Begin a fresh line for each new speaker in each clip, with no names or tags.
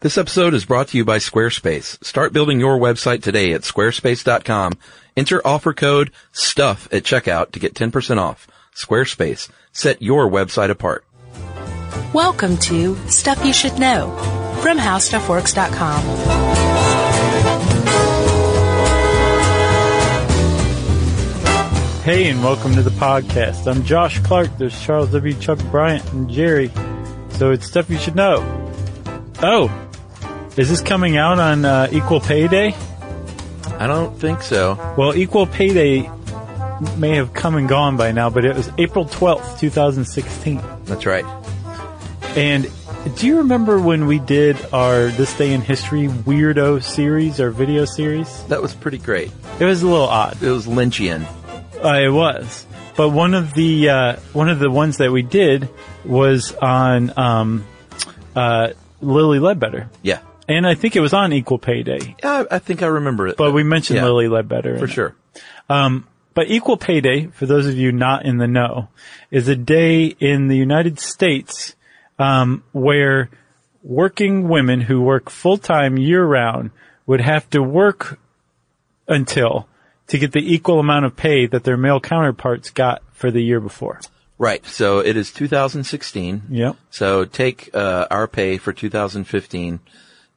This episode is brought to you by Squarespace. Start building your website today at squarespace.com. Enter offer code STUFF at checkout to get 10% off. Squarespace. Set your website apart.
Welcome to Stuff You Should Know from HowStuffWorks.com.
Hey, and welcome to the podcast. I'm Josh Clark. There's Charles W. Chuck Bryant and Jerry. So it's stuff you should know. Oh, is this coming out on uh, Equal Pay Day?
I don't think so.
Well, Equal Pay Day may have come and gone by now, but it was April 12th, 2016.
That's right.
And do you remember when we did our This Day in History weirdo series, our video series?
That was pretty great.
It was a little odd.
It was Lynchian.
Uh, it was, but one of the uh, one of the ones that we did was on um, uh, Lily Ledbetter,
Yeah.
and I think it was on Equal Pay Day.
Yeah, I, I think I remember it.
But we mentioned
Yeah,
Lily Ledbetter in
For
it.
sure.
But Equal Pay Day, for those of you not in the know, is a day in the United States um, where working women who work full time year round would have to work until to get the equal amount of pay that their male counterparts got for the year before.
Right. So it is 2016.
Yep.
So take uh, our pay for 2015,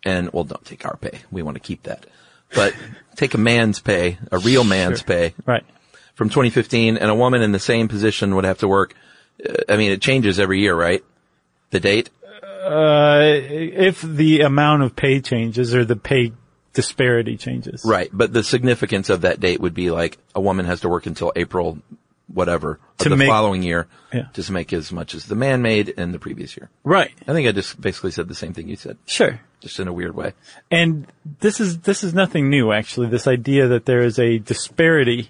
and well, don't take our pay. We want to keep that, but take a man's pay, a real man's pay
Right.
from 2015, and a woman in the same position would have to work. Uh, I mean, it changes every year, right? The date.
Uh, if the amount of pay changes or the pay disparity changes.
Right. But the significance of that date would be like a woman has to work until April, whatever, of
To
the
make-
following year,
Yeah.
just to make as much as the man made in the previous year.
Right.
I think I just basically said the same thing you said,
Sure.
just in a weird way.
And this is this is nothing new actually. This idea that there is a disparity,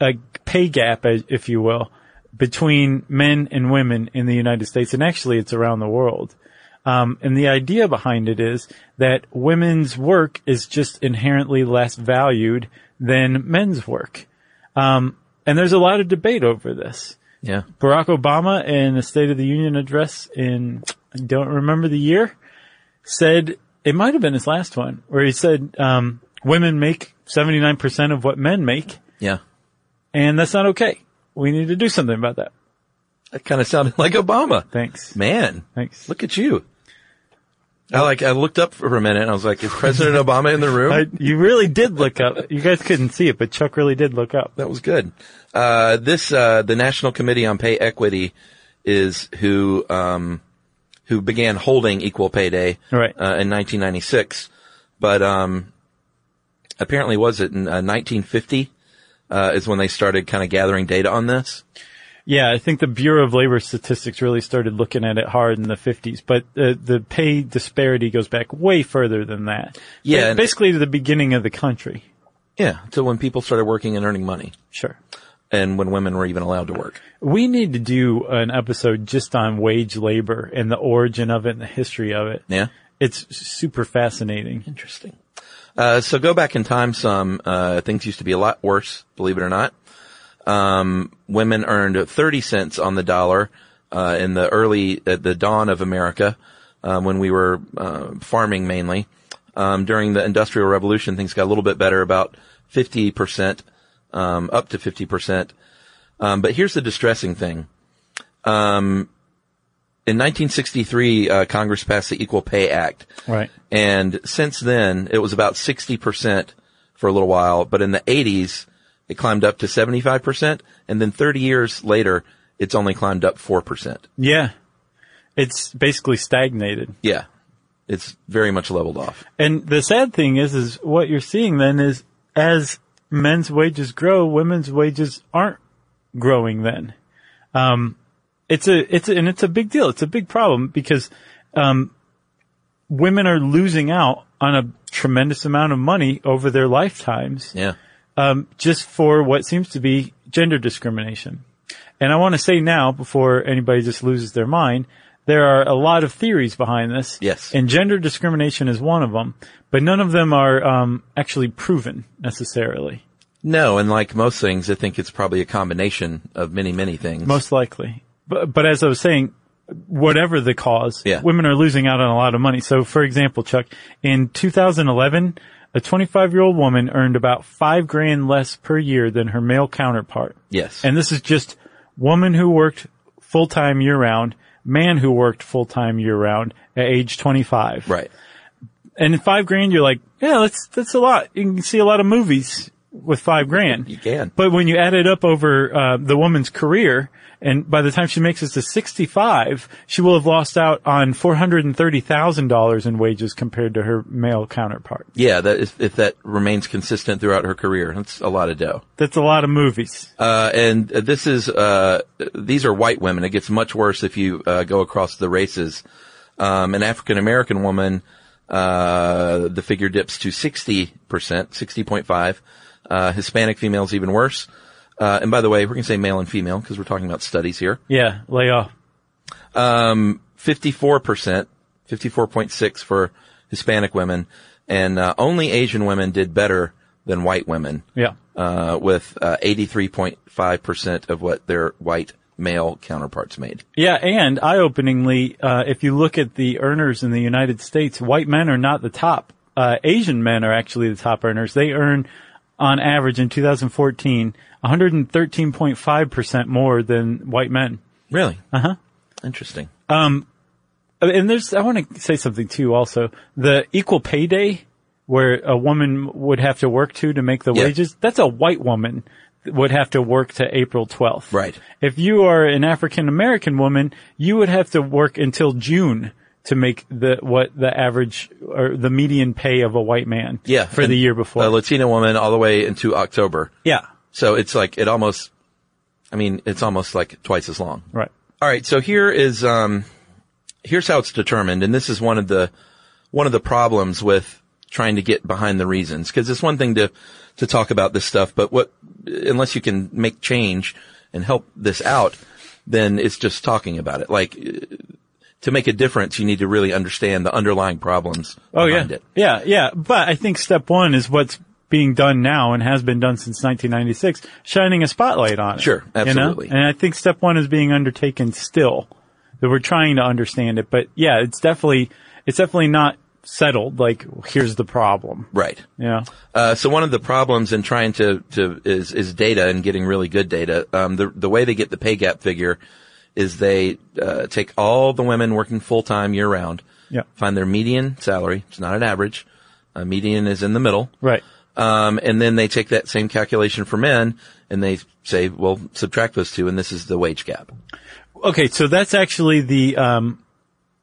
a pay gap, as- if you will, between men and women in the United States, and actually it's around the world. Um, and the idea behind it is that women's work is just inherently less valued than men's work. Um, and there's a lot of debate over this.
Yeah.
Barack Obama in the State of the Union address in I don't remember the year said it might have been his last one where he said um, women make 79% of what men make
Yeah.
and that's not okay. We need to do something about that.
That kind of sounded like Obama.
Thanks.
Man,
Thanks.
look at you. I like, I looked up for a minute and I was like, is President Obama in the room?
I, you really did look up. You guys couldn't see it, but Chuck really did look up.
that was good. Uh, this, uh, the National Committee on Pay Equity is who, um, who began holding Equal Pay Day
Right.
uh, in 1996. But, um, apparently was it in uh, 1950, uh, is when they started kind of gathering data on this.
Yeah, I think the Bureau of Labor Statistics really started looking at it hard in the 50s, but uh, the pay disparity goes back way further than that.
Yeah,
Ba-
and-
basically to the beginning of the country.
Yeah. So when people started working and earning money
Sure.
and when women were even allowed to work.
We need to do an episode just on wage labor and the origin of it and the history of it.
Yeah.
It's super fascinating.
Interesting. Uh, so go back in time some, uh, things used to be a lot worse, believe it or not. Um, women earned 30 cents on the dollar, uh, in the early, at the dawn of America, um, when we were, uh, farming mainly. Um, during the industrial revolution, things got a little bit better, about 50%, um, up to 50%. Um, but here's the distressing thing. Um, in 1963, uh, Congress passed the Equal Pay Act.
Right.
And since then, it was about 60% for a little while, but in the 80s, it climbed up to 75%, and then 30 years later, it's only climbed up 4%.
Yeah. It's basically stagnated.
Yeah. It's very much leveled off.
And the sad thing is, is what you're seeing then is as men's wages grow, women's wages aren't growing then. Um, it's a, it's, a, and it's a big deal. It's a big problem because, um, women are losing out on a tremendous amount of money over their lifetimes
Yeah.
um, just for what seems to be gender discrimination. And I want to say now, before anybody just loses their mind, there are a lot of theories behind this.
Yes.
And gender discrimination is one of them, but none of them are um, actually proven necessarily,
No, and like most things, I think it's probably a combination of many, many things.
most likely. But, but as I was saying, whatever the cause,
Yeah.
women are losing out on a lot of money. So, for example, Chuck, in 2011, a 25 year old woman earned about five grand less per year than her male counterpart.
Yes.
And this is just woman who worked full time year round, man who worked full time year round at age 25.
right.
And in five grand, you're like, yeah, that's, that's a lot. You can see a lot of movies with five grand.
You can.
But when you add it up over, uh, the woman's career, and by the time she makes it to 65, she will have lost out on $430,000 in wages compared to her male counterpart.
Yeah, that is, if that remains consistent throughout her career, that's a lot of dough.
That's a lot of movies.
Uh, and uh, this is, uh, these are white women. It gets much worse if you, uh, go across the races. Um, an African American woman, uh, the figure dips to 60%, 60.5. Uh, Hispanic females even worse. Uh, and by the way, we're going to say male and female because we're talking about studies here.
yeah, lay off.
54%, 54.6 for Hispanic women. And, uh, only Asian women did better than white women
Yeah.
uh, with uh, 83.5% of what their white male counterparts made.
Yeah, and eye-openingly, uh, if you look at the earners in the United States, white men are not the top. Uh, Asian men are actually the top earners. They earn, on average, in 2014, 113.5 percent more than white men.
Really? Uh
Uh-huh.
huh. Interesting.
Uh, And there's, I want to say something too. Also, the equal pay day, where a woman would have to work to to make the
Yeah.
wages, that's a white woman would have to work to April 12th.
Right.
If you are an African American woman, you would have to work until June to make the what the average or the median pay of a white man.
Yeah.
For
and
the year before.
A Latina woman all the way into October.
yeah.
So it's like, it almost, I mean, it's almost like twice as long.
Right.
All right. So here is, um, here's how it's determined. And this is one of the, one of the problems with trying to get behind the reasons. Cause it's one thing to, to talk about this stuff, but what, unless you can make change and help this out, then it's just talking about it. Like, uh, to make a difference, you need to really understand the underlying problems
Oh yeah.
behind it.
Yeah, yeah. But I think step one is what's being done now and has been done since 1996, shining a spotlight on it.
Sure,
you know?
absolutely.
And I think step one is being undertaken still. That we're trying to understand it, but yeah, it's definitely it's definitely not settled. Like here's the problem.
Right.
Yeah.
Uh, so one of the problems in trying to, to is, is data and getting really good data. Um, the, the way they get the pay gap figure is they, uh, take all the women working full time year round,
Yeah.
find their median salary. It's not an average. A median is in the middle.
Right.
Um, and then they take that same calculation for men and they say, well, subtract those two and this is the wage gap.
Okay, so that's actually the um,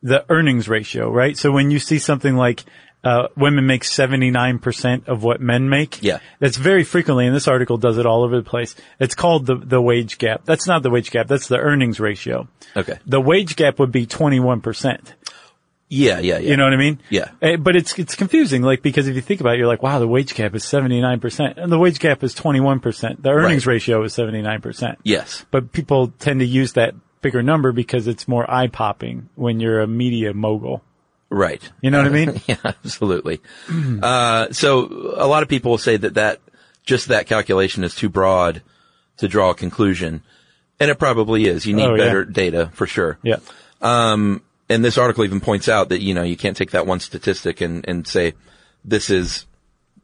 the earnings ratio, right? So when you see something like uh, women make seventy nine percent of what men make,
Yeah.
that's very frequently, and this article does it all over the place. It's called the the wage gap. That's not the wage gap. That's the earnings ratio.
Okay.
The wage gap would be twenty one percent.
Yeah. Yeah. Yeah.
You know what I mean?
Yeah.
Eh, But it's it's confusing, like because if you think about it, you're like, wow, the wage gap is seventy nine percent, and the wage gap is twenty one percent. The earnings
Right.
ratio is seventy nine percent
yes.
but people tend to use that bigger number because it's more eye popping when you're a media mogul.
Right.
You know what I mean?
yeah, absolutely. uh, so a lot of people will say that that just that calculation is too broad to draw a conclusion, and it probably is. You need
Oh, yeah.
better data for sure.
Yeah.
And this article even points out that you know you can't take that one statistic and and say this is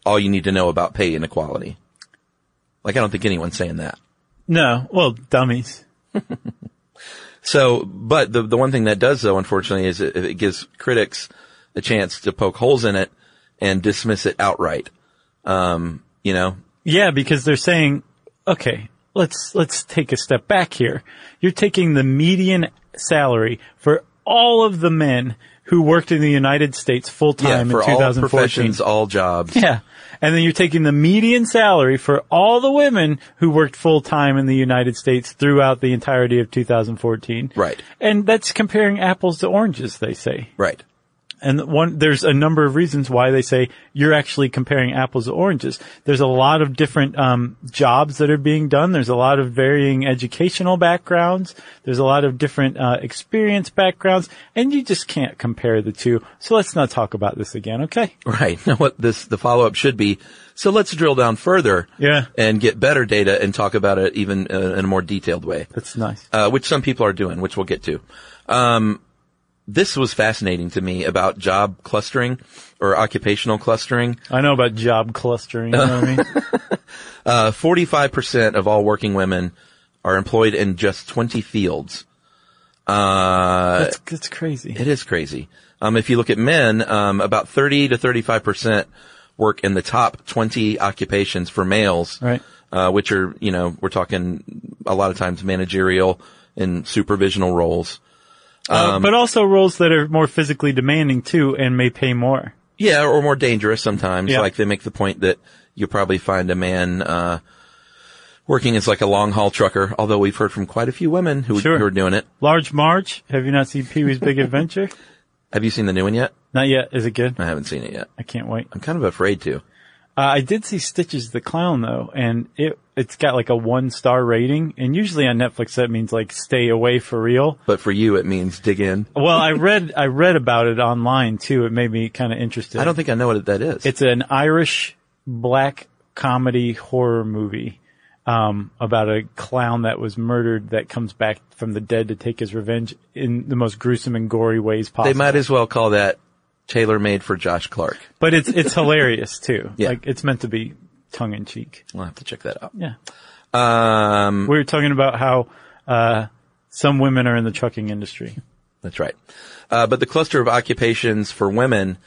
all you need to know about pay inequality. Like I don't think anyone's saying that.
No, well, dummies.
So, but the the one thing that does though, unfortunately, is it, it gives critics a chance to poke holes in it and dismiss it outright. Um, you know,
Yeah, because they're saying, okay, let's let's take a step back here. You're taking the median salary for all of the men who worked in the United States full
yeah,
time
for
in
all
2014.
professions, all jobs.
Yeah. And then you're taking the median salary for all the women who worked full time in the United States throughout the entirety of 2014.
Right.
And that's comparing apples to oranges, they say.
Right.
And one, there's a number of reasons why they say you're actually comparing apples to oranges. There's a lot of different um, jobs that are being done. There's a lot of varying educational backgrounds. There's a lot of different uh, experience backgrounds, and you just can't compare the two. So let's not talk about this again, okay?
Right. Now what this, the follow up should be. So let's drill down further.
Yeah.
And get better data and talk about it even uh, in a more detailed way.
That's nice.
uh, which some people are doing, which we'll get to. Um, this was fascinating to me about job clustering or occupational clustering.
I know about job clustering. You know what I mean?
Uh, 45% of all working women are employed in just 20 fields. Uh,
That's, that's crazy.
it is crazy. Um, if you look at men, um, about 30 to 35% work in the top 20 occupations for males.
Right.
Uh, which are, you know, we're talking a lot of times managerial and supervisional roles. um,
uh, but also roles that are more physically demanding too, and may pay more.
Yeah, or more dangerous sometimes.
Yeah.
Like they make the point that you'll probably find a man uh, working as like a long haul trucker. Although we've heard from quite a few women who,
Sure.
who are doing it.
Large Marge. Have you not seen Pee Wee's Big Adventure?
Have you seen the new one yet?
Not yet. Is it good?
I haven't seen it yet.
I can't wait.
I'm kind of afraid to.
Uh, I did see Stitches the Clown though, and it it's got like a one star rating, and usually on Netflix that means like stay away for real.
But for you, it means dig in.
Well, I read I read about it online too. It made me kind of interested.
I don't think I know what that is.
It's an Irish black comedy horror movie um, about a clown that was murdered that comes back from the dead to take his revenge in the most gruesome and gory ways
they
possible.
might as well call that tailor made for Josh Clark.
but it's it's hilarious too.
Yeah.
Like it's meant to be tongue in cheek.
We'll have to check that out.
Yeah.
Um,
We were talking about how uh, some women are in the trucking industry.
That's right. Uh, but the cluster of occupations for women,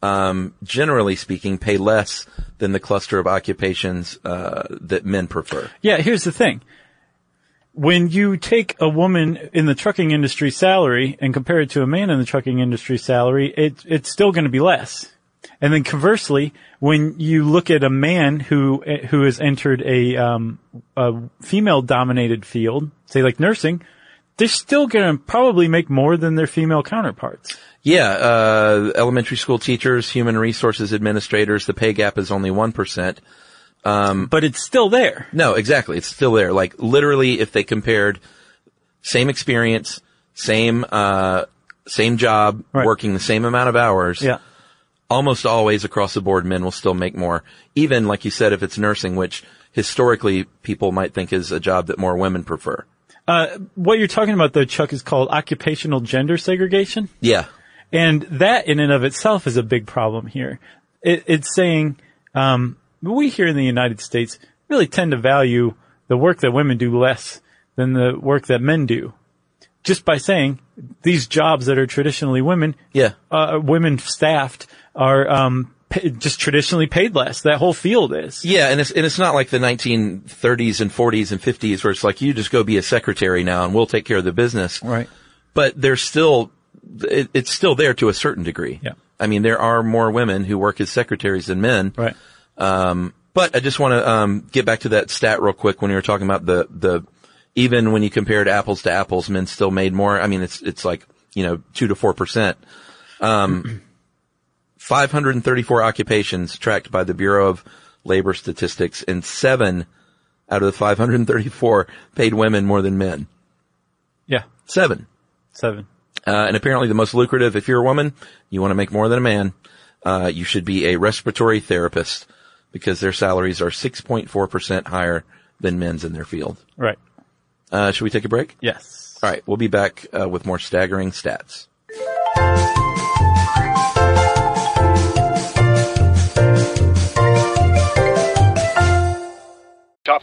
um, generally speaking, pay less than the cluster of occupations uh, that men prefer.
Yeah, here's the thing. When you take a woman in the trucking industry salary and compare it to a man in the trucking industry salary, it, it's still going to be less. And then conversely, when you look at a man who eh, who has entered a, um, a female dominated field, say like nursing, they're still going to probably make more than their female counterparts.
Yeah, uh, elementary school teachers, human resources administrators, the pay gap is only 1%.
But it's still there.
No, exactly. It's still there. Like literally, if they compared same experience, same, uh, same job,
Right.
working the same amount of hours,
Yeah.
almost always across the board, men will still make more. Even like you said, if it's nursing, which historically people might think is a job that more women prefer.
Uh, what you're talking about though, Chuck, is called occupational gender segregation.
Yeah.
And that in and of itself is a big problem here. It, it's saying, um, we here in the United States really tend to value the work that women do less than the work that men do. Just by saying these jobs that are traditionally women,
Yeah.
uh, women staffed are, um, pa just traditionally paid less. That whole field is.
Yeah. And it's, and it's not like the 1930s and 40s and 50s where it's like, you just go be a secretary now and we'll take care of the business.
Right.
But there's still, it, it's still there to a certain degree.
Yeah.
I mean, there are more women who work as secretaries than men.
Right.
Um, but I just want to um, get back to that stat real quick when you were talking about the the even when you compared apples to apples, men still made more. I mean, it's it's like you know two to four percent. Um, 534 occupations tracked by the Bureau of Labor Statistics, and seven out of the 534 paid women more than men.
Yeah.
Seven.
Seven.
Uh, and apparently the most lucrative, if you're a woman, you want to make more than a man, uh, you should be a respiratory therapist because their salaries are 6.4% higher than men's in their field.
Right.
Uh, should we take a break?
Yes.
All right. We'll be back uh, with more staggering stats.
Top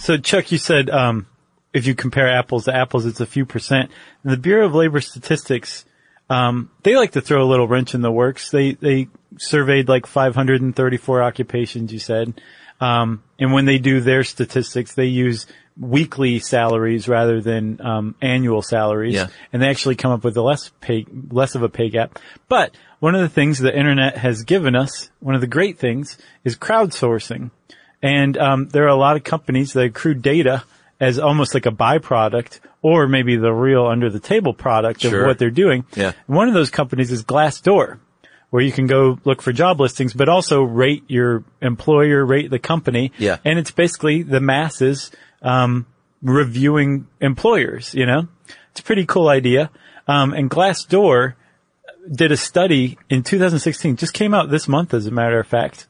So, Chuck, you said um, if you compare apples to apples, it's a few percent. And the Bureau of Labor Statistics, um, they like to throw a little wrench in the works. They they surveyed like 534 occupations. You said, um, and when they do their statistics, they use weekly salaries rather than um, annual salaries,
Yeah.
and they actually come up with a less pay less of a pay gap. But one of the things the internet has given us, one of the great things, is crowdsourcing. And um, there are a lot of companies that accrue data as almost like a byproduct or maybe the real under the table product
Sure.
of what they're doing.
Yeah.
And one of those companies is Glassdoor, where you can go look for job listings, but also rate your employer, rate the company.
Yeah.
And it's basically the masses um, reviewing employers, you know? It's a pretty cool idea. Um, and Glassdoor did a study in 2016, just came out this month, as a matter of fact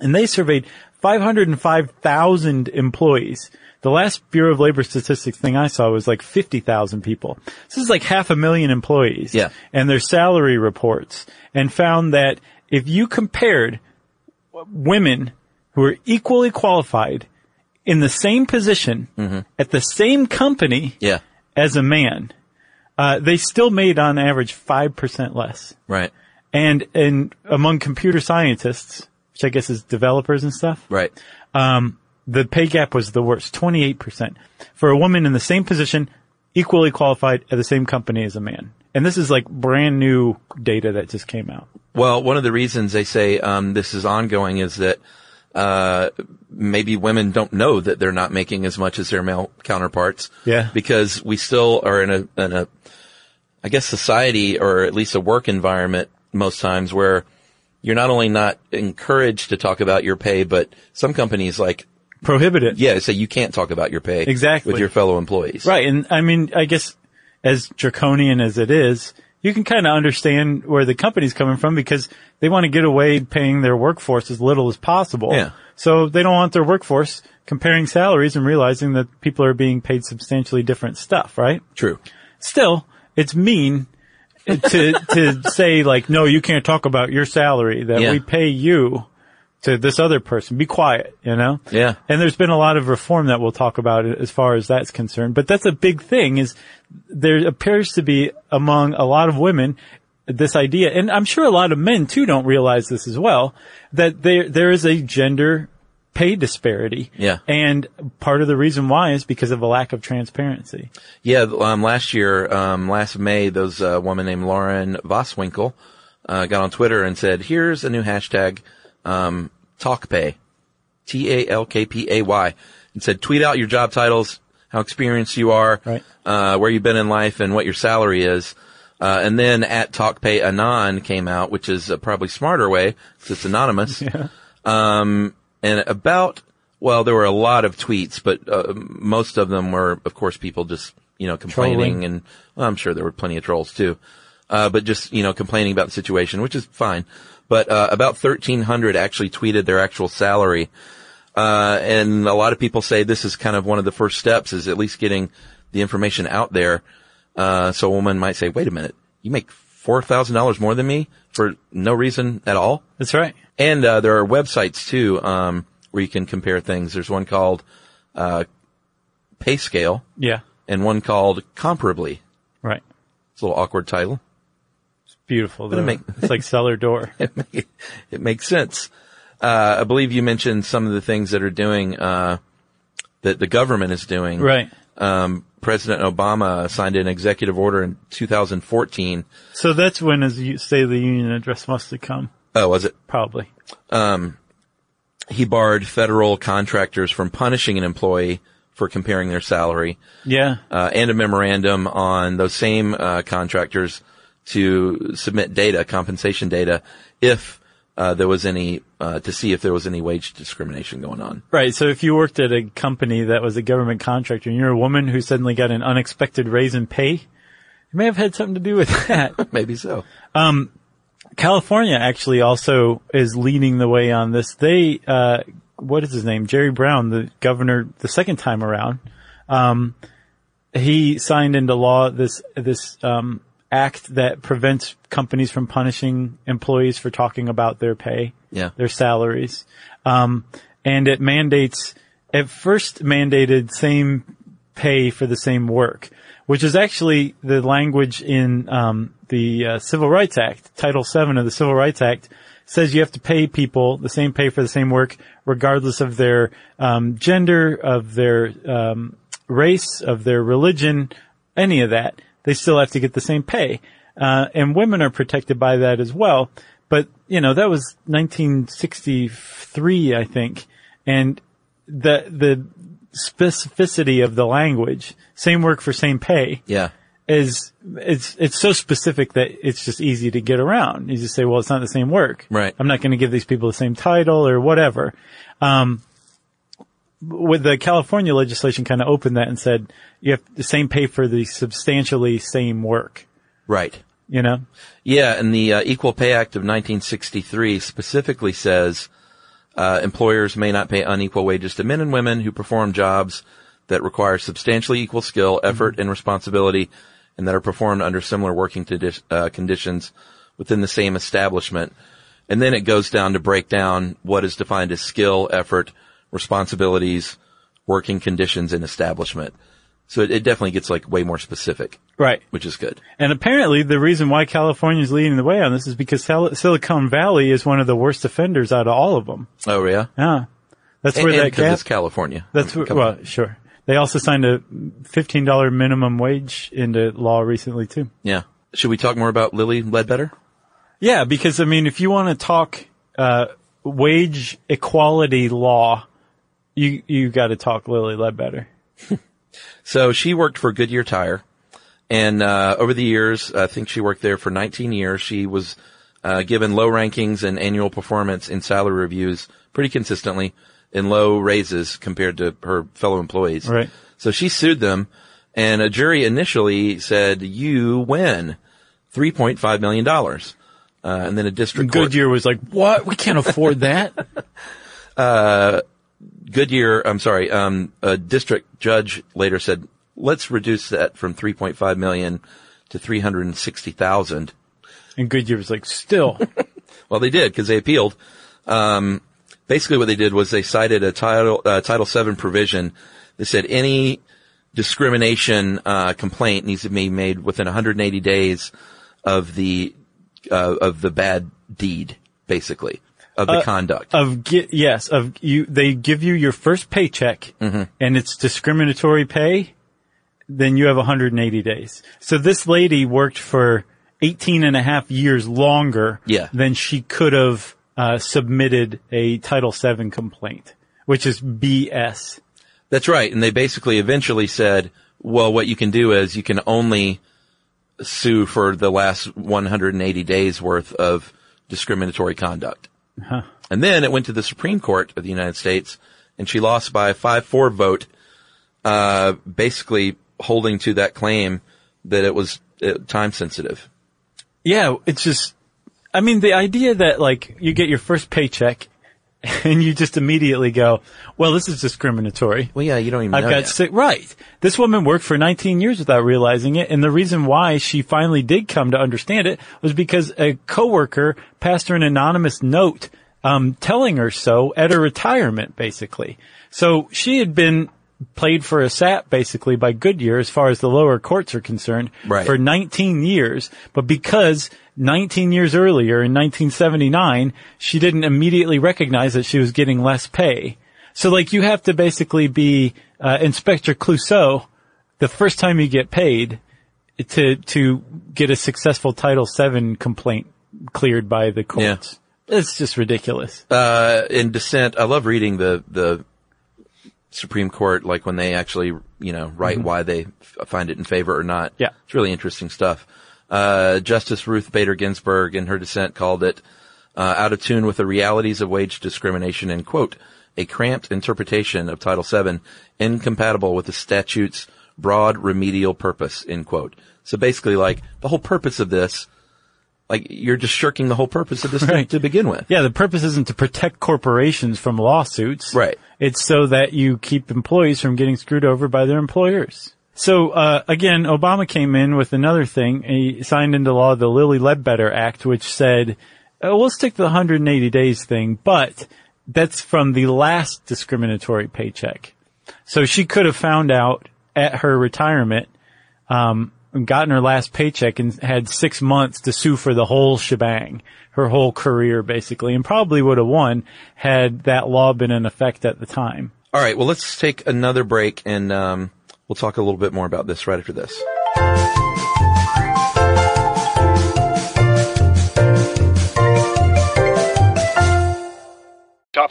and they surveyed 505,000 employees. The last Bureau of Labor Statistics thing I saw was like 50,000 people. This is like half a million employees
Yeah.
and their salary reports and found that if you compared w- women who are equally qualified in the same position at the same company
Yeah.
as a man, uh, they still made on average 5% less
Right.
and and among computer scientists, which I guess is developers and stuff, um,
Right.
the pay gap was the worst, twenty eight percent for a woman in the same position, equally qualified at the same company as a man. And this is like brand new data that just came out.
Well, one of the reasons they say um, this is ongoing is that uh, maybe women don't know that they're not making as much as their male counterparts.
Yeah.
Because we still are in a in a, I guess society or at least a work environment most times where you're not only not encouraged to talk about your pay, but some companies like
Prohibited.
yeah say you can't talk about your pay
Exactly.
with your fellow employees.
Right. And I mean, I guess as draconian as it is, you can kind of understand where the company's coming from because they want to get away paying their workforce as little as possible.
Yeah.
So they don't want their workforce comparing salaries and realizing that people are being paid substantially different stuff, right?
True.
Still, it's mean to, to say like, no, you can't talk about your salary that
Yeah.
we pay you to this other person. Be quiet, you know?
Yeah.
And there's been a lot of reform that we'll talk about as far as that's concerned. But that's a big thing is there appears to be among a lot of women this idea, and I'm sure a lot of men too don't realize this as well, that there, there is a gender pay disparity.
Yeah.
And part of the reason why is because of a lack of transparency.
Yeah, um, last year, um, last May, those uh, woman named Lauren Voswinkel uh, got on Twitter and said, "Here's a new hashtag, um, TalkPay, T A L K P A Y," and said, "Tweet out your job titles, how experienced you are,
Right.
uh, where you've been in life, and what your salary is." Uh, and then at TalkPay Anon came out, which is a probably smarter way because it's anonymous. Um, and about, well, there were a lot of tweets, but uh, most of them were, of course, people just, you know, complaining
Trolling.
and well, I'm sure there were plenty of trolls too. uh, but just, you know, complaining about the situation, which is fine. But, uh, about 1300 actually tweeted their actual salary. Uh, and a lot of people say this is kind of one of the first steps is at least getting the information out there. Uh, so a woman might say, wait a minute, you make $4,000 more than me for no reason at all.
That's right.
And uh, there are websites too um, where you can compare things. There's one called uh, PayScale
Yeah.
and one called Comparably.
Right.
It's a little awkward title.
It's beautiful.
Gonna
Though.
make-
it's like cellar door.
it makes sense. Uh, I believe you mentioned some of the things that are doing uh, that the government is doing.
right.
Um, President Obama signed an executive order in 2014.
So that's when his U- State of the Union address must have come.
Oh, was it?
Probably.
He barred federal contractors from punishing an employee for comparing their salary.
Yeah.
uh, and a memorandum on those same uh, contractors to submit data, compensation data, if uh, there was any uh, to see if there was any wage discrimination going on.
Right. So if you worked at a company that was a government contractor and you're a woman who suddenly got an unexpected raise in pay, it may have had something to do with that.
Maybe so.
California actually also is leading the way on this. They, uh, what is his name? Jerry Brown, the governor, the second time around, um, he signed into law this this um, act that prevents companies from punishing employees for talking about their pay,
Yeah.
their salaries, um, and it mandates. At first, mandated same pay for the same work, which is actually the language in um, the uh, Civil Rights Act, Title VII of the Civil Rights Act, says you have to pay people the same pay for the same work, regardless of their um, gender, of their um, race, of their religion, any of that. They still have to get the same pay, uh, and women are protected by that as well. But you know that was 1963, I think, and the the specificity of the language, same work for same pay,
Yeah.
is it's it's so specific that it's just easy to get around. You just say, well, it's not the same work.
Right.
I'm not going to give these people the same title or whatever. Um, with the California legislation, kind of opened that and said you have the same pay for the substantially same work.
Right.
You know,
Yeah, and the uh, Equal Pay Act of 1963 specifically says uh, employers may not pay unequal wages to men and women who perform jobs that require substantially equal skill,
Mm-hmm.
effort, and responsibility, and that are performed under similar working condi- uh, conditions within the same establishment. And then it goes down to break down what is defined as skill, effort, responsibilities, working conditions, and establishment. So it, it definitely gets like way more specific,
right?
which is good.
And apparently, the reason why California is leading the way on this is because Sil- Silicon Valley is one of the worst offenders out of all of them.
Oh yeah.
Yeah, that's where
And- and
that
'cause
gap.
it's California.
That's
I mean,
where,
come on.
well, sure. They also signed a fifteen dollar minimum wage into law recently too.
Yeah. Should we talk more about Lily Ledbetter?
Yeah, because I mean, if you want to talk uh, wage equality law, you you got to talk Lily Ledbetter.
So she worked for Goodyear Tire, and uh, over the years, I think she worked there for 19 years. She was uh, given low rankings and annual performance in salary reviews pretty consistently, and low raises compared to her fellow employees.
Right.
So she sued them, and a jury initially said, "You win, 3.5 million dollars." Uh, and then a district court-
Goodyear was like, "What? We can't afford that."
Uh, Goodyear, I'm sorry, um, a district judge later said, let's reduce that from 3.5 million to 360,000.
and Goodyear was like, "Still,
Well, they did because they appealed. Um, basically, what they did was they cited a title uh, Title VII provision that said any discrimination uh, complaint needs to be made within 180 days of the uh, of the bad deed, basically of
Uh,
the conduct.
of gi- yes, of you." They give you your first paycheck, and it's discriminatory pay. Then you have 180 days. So this lady worked for 18 and a half years longer
Yeah.
than she could have uh, submitted a Title VII complaint, which is BS.
That's right. And they basically eventually said, well, what you can do is you can only sue for the last 180 days worth of discriminatory conduct. And then it went to the Supreme Court of the United States and she lost by a 5-4 vote, uh, basically holding to that claim that it was uh, time sensitive.
Yeah, it's just, I mean, the idea that like you get your first paycheck and you just immediately go, well, this is discriminatory.
Well, yeah, you don't even
I've
know.
got
yet.
sick. Right. This woman worked for 19 years without realizing it. And the reason why she finally did come to understand it was because a coworker passed her an anonymous note, um, telling her so at her retirement, basically. So she had been played for a sap basically by Goodyear as far as the lower courts are concerned
Right.
for 19 years. But because 19 years earlier in 1979, she didn't immediately recognize that she was getting less pay. So like you have to basically be uh, Inspector Clouseau the first time you get paid to to get a successful Title VII complaint cleared by the courts. It's just ridiculous.
uh, in dissent, I love reading the the Supreme Court, like when they actually, you know, write why they f- find it in favor or not.
Mm-hmm. Yeah.
it's really interesting stuff. Uh, Justice Ruth Bader Ginsburg, in her dissent, called it uh, out of tune with the realities of wage discrimination and quote a cramped interpretation of Title VII incompatible with the statute's broad remedial purpose. End quote. So basically, like the whole purpose of this. Like you're just shirking the whole purpose of this thing
Right.
to begin with.
Yeah, the purpose isn't to protect corporations from lawsuits.
Right.
It's so that you keep employees from getting screwed over by their employers. So uh, again, Obama came in with another thing. He signed into law the Lilly Ledbetter Act, which said uh, we'll stick to the 180 days thing, but that's from the last discriminatory paycheck. So she could have found out at her retirement, um, gotten her last paycheck and had six months to sue for the whole shebang, her whole career basically, and probably would have won had that law been in effect at the time.
All right. Well, let's take another break and um, we'll talk a little bit more about this right after this.
Top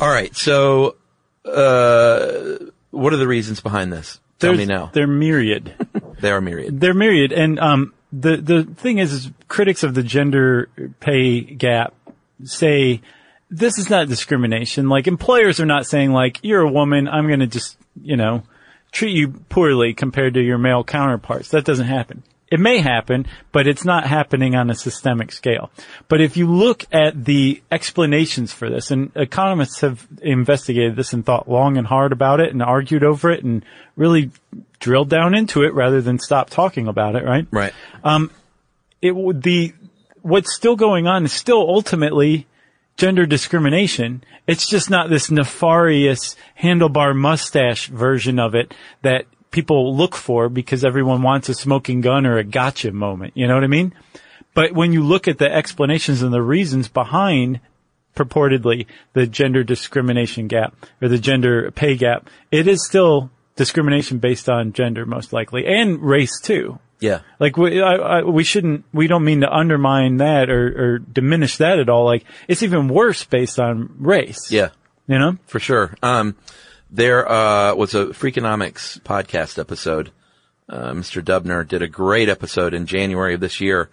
All right. So, uh, what are the reasons behind this? Tell me
There's-
now.
They're myriad.
They are myriad.
they're myriad, and um, the the thing is, is critics of the gender pay gap say this is not discrimination. Like employers are not saying like you're a woman, I'm going to just you know treat you poorly compared to your male counterparts. That doesn't happen. It may happen, but it's not happening on a systemic scale. But if you look at the explanations for this, and economists have investigated this and thought long and hard about it and argued over it and really drilled down into it rather than stop talking about it, right?
Right.
it would the what's still going on is still ultimately gender discrimination. It's just not this nefarious handlebar mustache version of it that people look for because everyone wants a smoking gun or a gotcha moment. You know what I mean? But when you look at the explanations and the reasons behind purportedly the gender discrimination gap or the gender pay gap, it is still discrimination based on gender most likely and race too.
Yeah.
Like we, I, I, we shouldn't, we don't mean to undermine that or, or diminish that at all. Like it's even worse based on race.
Yeah.
You know?
For sure. Um, there, uh, was a Freakonomics podcast episode uh, Mr. Dubner did a great episode in January of this year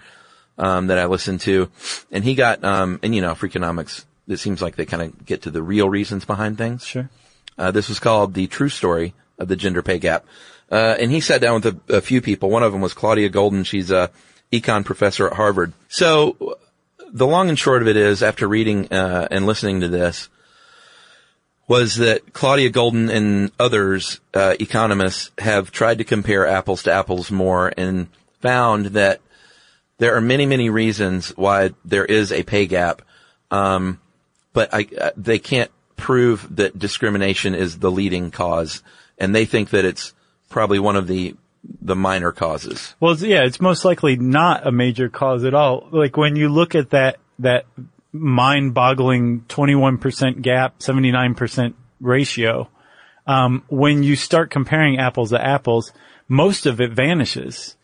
um, that I listened to, and he got um, and you know Freakonomics. It seems like they kind of get to the real reasons behind things.
Sure.
Uh, this was called the true story of the gender pay gap, uh, and he sat down with a, a few people. One of them was Claudia Golden. She's a econ professor at Harvard. So the long and short of it is, after reading uh, and listening to this, was that Claudia Golden and others, uh, economists, have tried to compare apples to apples more and found that there are many, many reasons why there is a pay gap, um, but I, uh, they can't prove that discrimination is the leading cause, and they think that it's probably one of the the minor causes.
Well, it's- yeah, it's most likely not a major cause at all. Like when you look at that that mind-boggling 21% gap, 79% ratio, um, when you start comparing apples to apples, most of it vanishes.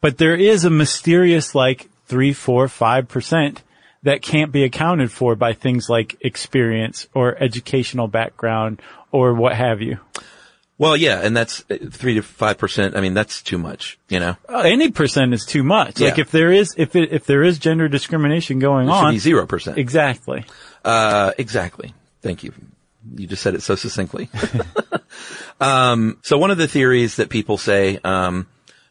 But there is a mysterious like three, four, five percent that can't be accounted for by things like experience or educational background or what have you.
Well, yeah, and that's uh, three to five percent. I mean, that's too much, you know.
Uh, any percent is too much.
Yeah.
Like if there is if it, if there is gender discrimination going
It should
on,
be zero percent.
exactly.
Uh, exactly. Thank you. You just said it so succinctly. um, so one of the theories that people say, um,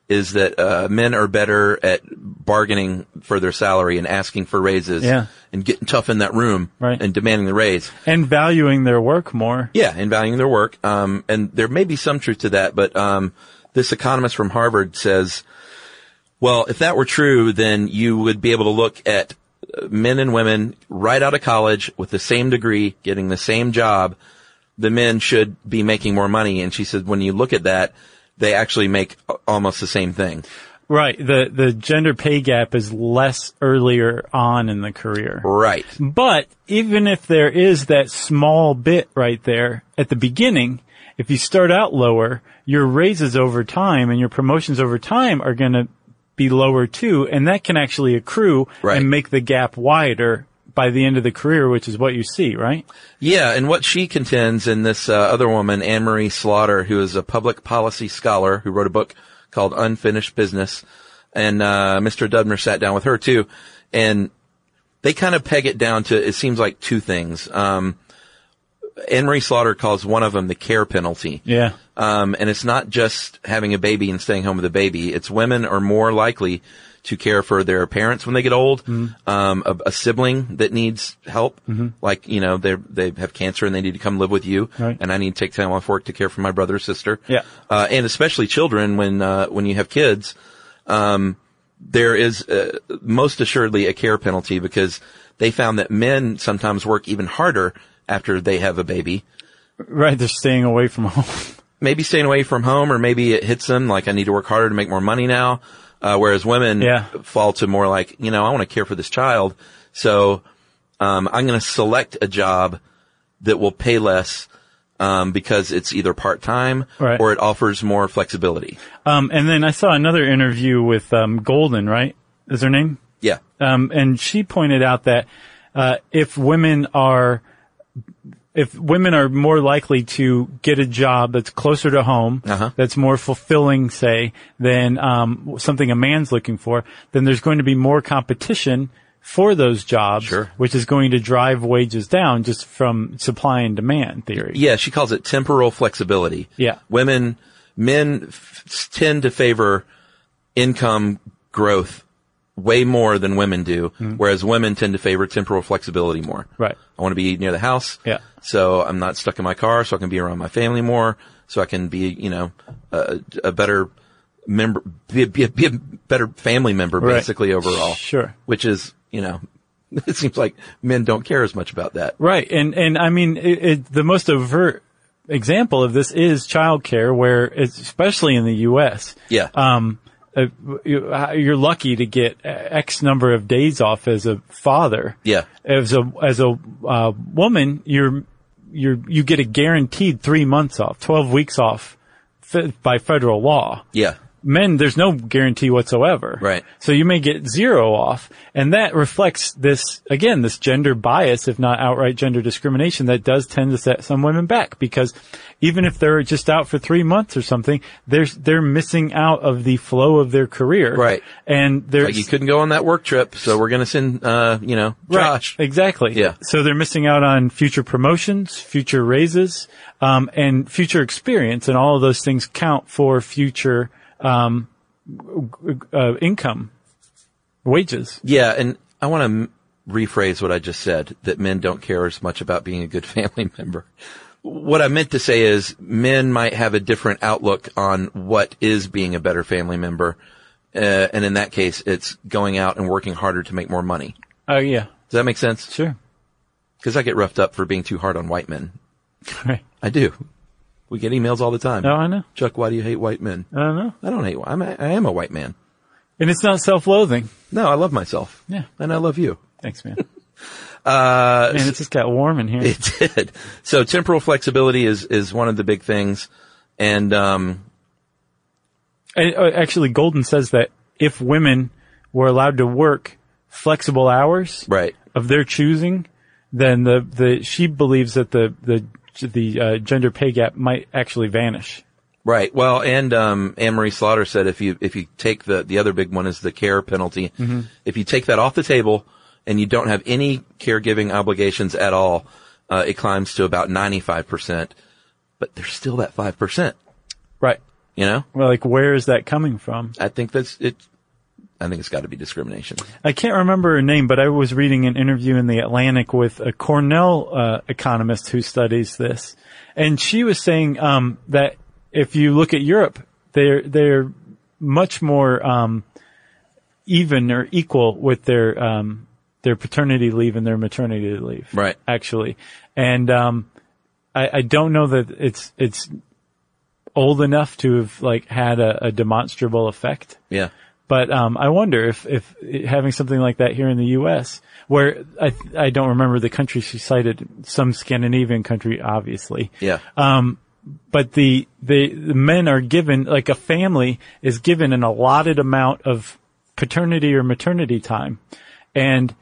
is that, uh, men are better at bargaining for their salary and asking for raises
Yeah.
and getting tough in that room
Right.
and demanding the raise.
And valuing their work more.
Yeah, and valuing their work. Um, and there may be some truth to that, but um, this economist from Harvard says, well, if that were true, then you would be able to look at uh, men and women right out of college with the same degree, getting the same job. The men should be making more money. And she said, when you look at that, they actually make a- almost the same thing.
Right. The the gender pay gap is less earlier on in the career.
Right.
But even if there is that small bit right there at the beginning, if you start out lower, your raises over time and your promotions over time are going to be lower too, and that can actually accrue
Right.
and make the gap wider by the end of the career, which is what you see, right?
Yeah, and what she contends, and this uh, other woman, Anne Marie Slaughter, who is a public policy scholar who wrote a book called Unfinished Business, and uh, Mr. Dudmer sat down with her too, and they kind of peg it down to it seems like two things. Um, Anne Marie Slaughter calls one of them the care penalty.
Yeah.
Um, and it's not just having a baby and staying home with a baby. It's women are more likely to care for their parents when they get old,
Mm-hmm.
um, a, a sibling that needs help, like, you know, they they have cancer and they need to come live with you.
Right.
And I need to take time off work to care for my brother or sister.
Yeah.
Uh, and especially children when, uh, when you have kids, um, there is uh, most assuredly a care penalty because they found that men sometimes work even harder after they have a baby
Right. They're staying away from home.
maybe staying away from home or maybe it hits them like I need to work harder to make more money now. Uh, whereas women
Yeah.
fall to more like, you know, I want to care for this child. So, um, I'm going to select a job that will pay less, um, because it's either part time
Right.
or it offers more flexibility.
um, and then I saw another interview with, um, Golden, right? Is her name?
Yeah.
um, and she pointed out that uh, if women are if women are more likely to get a job that's closer to home,
Uh-huh.
that's more fulfilling, say, than um, something a man's looking for, then there's going to be more competition for those jobs,
Sure.
which is going to drive wages down just from supply and demand theory.
Yeah. She calls it temporal flexibility.
Yeah.
Women, men f- tend to favor income growth way more than women do, whereas women tend to favor temporal flexibility more.
Mm-hmm. Right.
I want to be near the house.
Yeah.
So I'm not stuck in my car, so I can be around my family more, so I can be, you know, a, a better member, be a, be, a, be a better family member
Right.
basically overall.
Sure.
Which is, you know, it seems like men don't care as much about that.
Right, and and I mean, it, it, the most overt example of this is childcare, where it's, especially in the U.S.
Yeah.
um, uh, you- uh, you're lucky to get X number of days off as a father.
Yeah.
As a as a uh, woman, you're you're you get a guaranteed three months off, twelve weeks off, fe- by federal law.
yeah.
men, there's no guarantee whatsoever.
Right.
So you may get zero off. And that reflects this, again, this gender bias, if not outright gender discrimination that does tend to set some women back because even if they're just out for three months or something, they're, they're missing out of the flow of their career.
Right.
And they're,
Like you couldn't go on that work trip, so we're gonna send, uh, you know, Josh.
Right, exactly.
Yeah.
So they're missing out on future promotions, future raises, um, and future experience, and all of those things count for future um, g- g- uh, income, wages.
Yeah, and I want to m- rephrase what I just said that men don't care as much about being a good family member. What I meant to say is men might have a different outlook on what is being a better family member. Uh, and in that case, it's going out and working harder to make more money.
Oh yeah,
Does that make sense?
sure.
Because I get roughed up for being too hard on white men.
Right.
I do. We get emails all the time.
No, I know.
Chuck, why do you hate white men?
I don't know.
I don't hate. I'm a, I am a white man.
And it's not self-loathing.
No, I love myself.
Yeah.
and I love you.
Thanks, man.
Uh,
Man, it just got warm in here.
It did. So temporal flexibility is is one of the big things, and um,
And, uh, Actually, Golden says that if women were allowed to work flexible hours,
right,
of their choosing, then the, the she believes that the the the uh, gender pay gap might actually vanish.
right. Well, and um, Anne Marie Slaughter said if you if you take the the other big one is the care penalty.
Mm-hmm.
If you take that off the table and you don't have any caregiving obligations at all, uh, it climbs to about ninety five percent. But there's still that five percent.
Right.
You know,
Well, like where is that coming from?
I think that's it. I think it's got to be discrimination.
I can't remember her name, but I was reading an interview in the Atlantic with a Cornell uh, economist who studies this, and she was saying um, that if you look at Europe, they're they're much more um, even or equal with their um, their paternity leave and their maternity leave,
Right.
Actually, and um, I, I don't know that it's it's old enough to have like had a, a demonstrable effect.
Yeah.
But um, I wonder if if having something like that here in the U.S., where I th- I don't remember the country she cited, some Scandinavian country, obviously.
Yeah.
Um, But the the, the men are given like a family is given an allotted amount of paternity or maternity time, and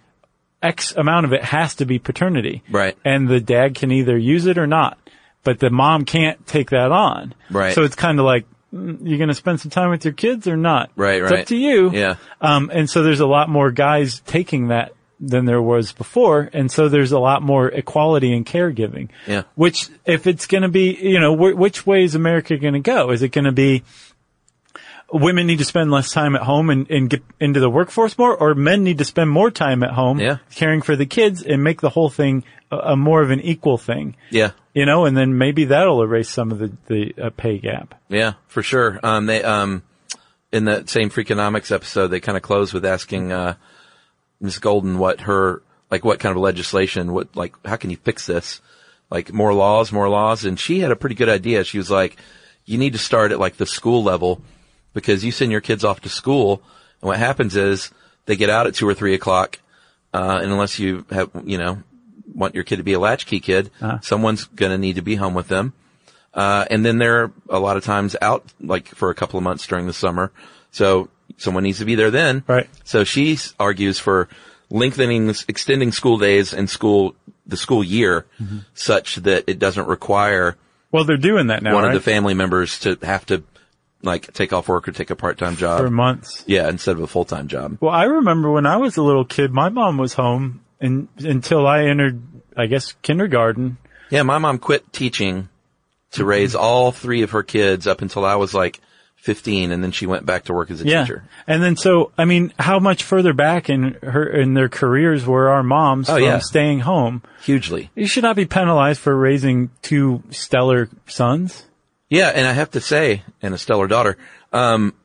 X amount of it has to be paternity.
Right.
And the dad can either use it or not, but the mom can't take that on.
Right.
So it's kind of like. mm, You're going to spend some time with your kids or not?
Right,
It's
right.
up to you.
Yeah.
Um, and so there's a lot more guys taking that than there was before. And so there's a lot more equality in caregiving.
Yeah.
Which, if it's going to be, you know, wh- which way is America going to go? Is it going to be women need to spend less time at home and, and get into the workforce more, or men need to spend more time at home
Yeah.
caring for the kids and make the whole thing a, a more of an equal thing?
yeah.
You know, and then maybe that'll erase some of the, the uh, pay gap.
Yeah, for sure. Um, they, um, in that same Freakonomics episode, they kind of close with asking, uh, Ms. Golden what her, like what kind of legislation, what, like, how can you fix this? Like more laws, more laws. And she had a pretty good idea. She was like, you need to start at like the school level because you send your kids off to school and what happens is they get out at two or three o'clock. Uh, and unless you have, you know, want your kid to be a latchkey kid,
Uh-huh.
someone's going to need to be home with them. Uh, and then they're a lot of times out like for a couple of months during the summer. So someone needs to be there then.
Right.
So she s- argues for lengthening, extending school days and school, the school year
Mm-hmm.
such that it doesn't require
Well, they're doing that now,
one
right?
of the family members to have to like take off work or take a part-time job.
for months.
yeah. Instead of a full-time job.
Well, I remember when I was a little kid, my mom was home and until I entered, I guess, kindergarten.
Yeah. My mom quit teaching to raise all three of her kids up until I was like 15 and then she went back to work as a
Yeah.
teacher.
And then so, I mean, how much further back in her, in their careers were our moms
Oh,
from
yeah.
staying home?
Hugely.
You should not be penalized for raising two stellar sons.
Yeah, and I have to say, and a stellar daughter. Um,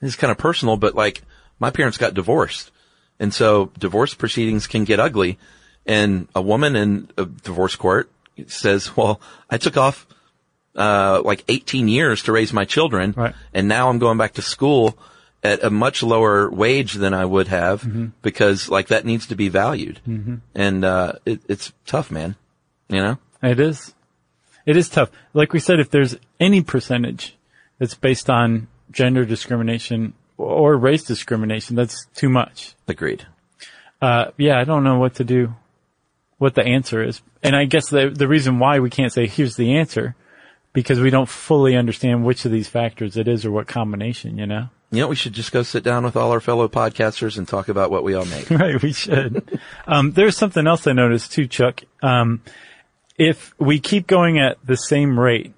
this is kind of personal, but like my parents got divorced, and so divorce proceedings can get ugly. And a woman in a divorce court says, "Well, I took off uh, like 18 years to raise my children,
Right.
and now I'm going back to school at a much lower wage than I would have because like that needs to be valued." And uh, it, it's tough, man. You know?
It is. It is tough. Like we said, if there's any percentage that's based on gender discrimination or race discrimination. That's too much.
Agreed.
Uh, yeah, I don't know what to do, what the answer is. And I guess the, the reason why we can't say here's the answer because we don't fully understand which of these factors it is or what combination, you know?
You know, we should just go sit down with all our fellow podcasters and talk about what we all make.
Right, we should. um, there's something else I noticed too, Chuck. Um, if we keep going at the same rate,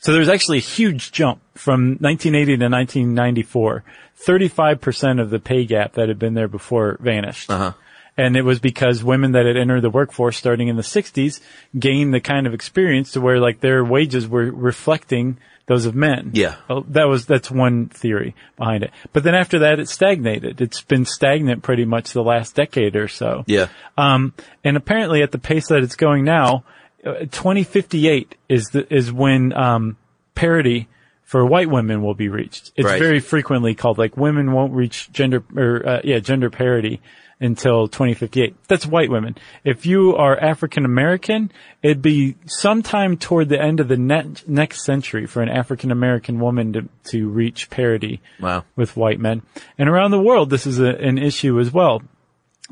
so there's actually a huge jump from 1980 to 1994. 35% of the pay gap that had been there before vanished.
Uh-huh.
And it was because women that had entered the workforce starting in the 60s gained the kind of experience to where like their wages were reflecting those of men.
Yeah.
Well, Oh, that was, that's one theory behind it. But then after that, it stagnated. It's been stagnant pretty much the last decade or so.
Yeah.
Um, and apparently at the pace that it's going now, uh, 2058 is the, is when, um, parity for white women will be reached. It's
Right.
very frequently called like women won't reach gender or, uh, yeah, gender parity until 2058. That's white women. If you are African American, it'd be sometime toward the end of the ne- next century for an African American woman to, to reach parity
Wow.
with white men. And around the world, this is a, an issue as well.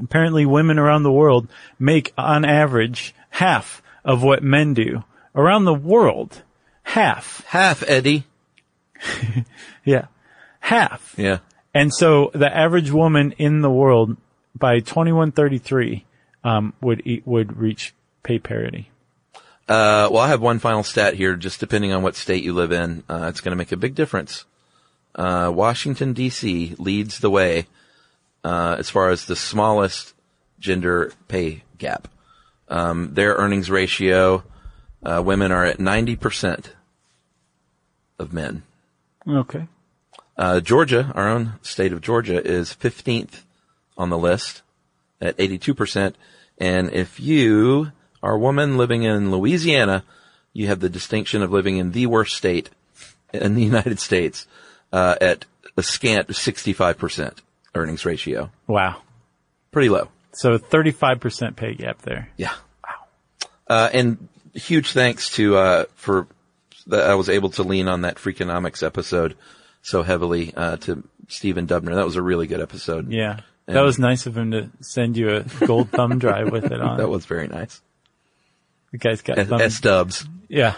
Apparently, women around the world make, on average, half of what men do. Around the world, half.
Half, Eddie.
Yeah. Half.
Yeah.
And so the average woman in the world by 2133 um, would eat, would reach pay parity.
Uh, well, I have one final stat here, just depending on what state you live in. Uh, it's going to make a big difference. Uh, Washington, D.C. leads the way uh, as far as the smallest gender pay gap. Um, their earnings ratio, uh, women are at 90% of men.
Okay.
Uh, Georgia, our own state of Georgia, is 15th on the list at 82%. And if you are a woman living in Louisiana, you have the distinction of living in the worst state in the United States uh, at a scant 65% earnings ratio.
Wow.
Pretty low.
So 35% pay gap there.
Yeah. Wow. Uh, and huge thanks to, uh, for that I was able to lean on that Freakonomics episode so heavily, uh, to Stephen Dubner. That was a really good episode.
Yeah.
Yeah.
That was nice of him to send you a gold thumb drive with it on.
That was very nice.
you guys got
S,
thumb
S dubs.
Yeah.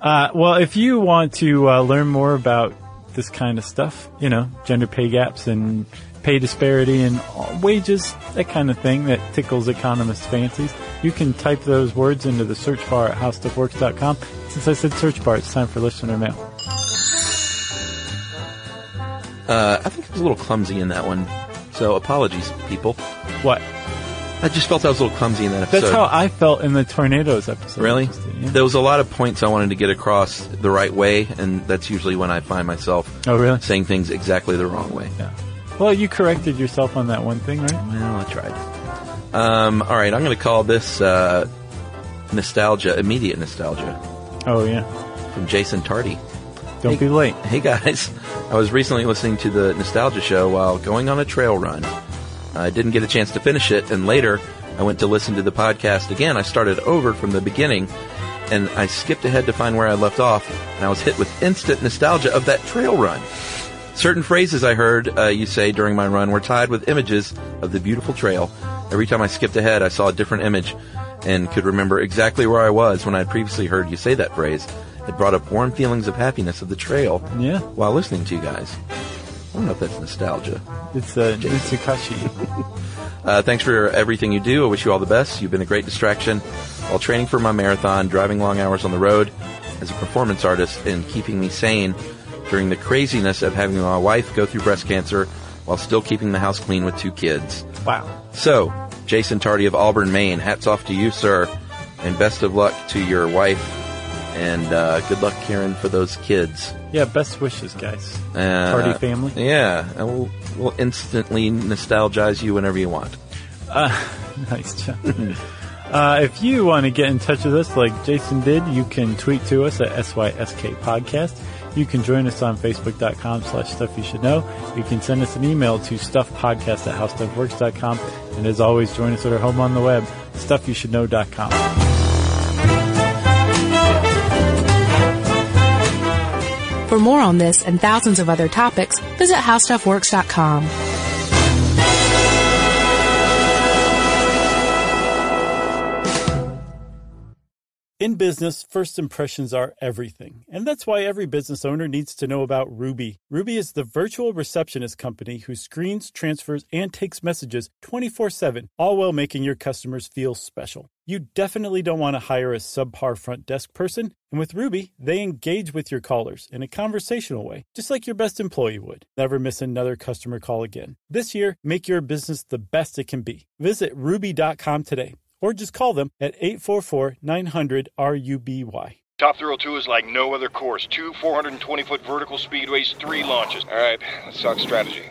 Uh, well, if you want to uh, learn more about this kind of stuff, you know, gender pay gaps and pay disparity and all- wages, that kind of thing that tickles economists' fancies, you can type those words into the search bar at howstuffworks.com. Since I said search bar, it's time for listener mail.
Uh, I think I was a little clumsy in that one. So apologies, people.
What?
I just felt I was a little clumsy in that episode.
That's how I felt in the tornadoes episode.
Really?
Just, yeah.
There was a lot of points I wanted to get across the right way, and that's usually when I find myself
Oh, really?
saying things exactly the wrong way.
Yeah. Well, you corrected yourself on that one thing, right?
Well, I tried. Um, all right, I'm going to call this uh, nostalgia, immediate nostalgia,
Oh, yeah.
from Jason Tardy.
Don't be late.
Hey guys, I was recently listening to the Nostalgia Show while going on a trail run. I didn't get a chance to finish it, and later I went to listen to the podcast again. I started over from the beginning, and I skipped ahead to find where I left off, and I was hit with instant nostalgia of that trail run. Certain phrases I heard uh, you say during my run were tied with images of the beautiful trail. Every time I skipped ahead, I saw a different image and could remember exactly where I was when I had previously heard you say that phrase. It brought up warm feelings of happiness of the trail
Yeah.
while listening to you guys. I don't know if that's nostalgia.
It's uh, Nitsukashi.
Uh, thanks for everything you do. I wish you all the best. You've been a great distraction while training for my marathon, driving long hours on the road as a performance artist, and keeping me sane during the craziness of having my wife go through breast cancer while still keeping the house clean with two kids.
wow.
So, Jason Tardy of Auburn, Maine, hats off to you, sir, and best of luck to your wife, and uh, good luck, Karen, for those kids.
Yeah, best wishes, guys.
Uh,
Tardy family.
Yeah, and we'll, we'll instantly nostalgize you whenever you want.
Ah, Nice job. uh, if you want to get in touch with us like Jason did, you can tweet to us at SYSK Podcast. You can join us on Facebook.com slash Stuff You Should Know. You can send us an email to StuffPodcast at HowStuffWorks.com. And as always, join us at our home on the web, StuffYouShouldKnow.com.
For more on this and thousands of other topics, visit howstuffworks.com.
In business, first impressions are everything. And that's why every business owner needs to know about Ruby. Ruby is the virtual receptionist company who screens, transfers, and takes messages 24 7, all while making your customers feel special. You definitely don't want to hire a subpar front desk person. And with Ruby, they engage with your callers in a conversational way, just like your best employee would. Never miss another customer call again. This year, make your business the best it can be. Visit ruby.com today or just call them at 844-900-RUBY.
Top Thrill 2 is like no other course. Two 420 foot vertical speedways, three launches. All right, let's talk strategy.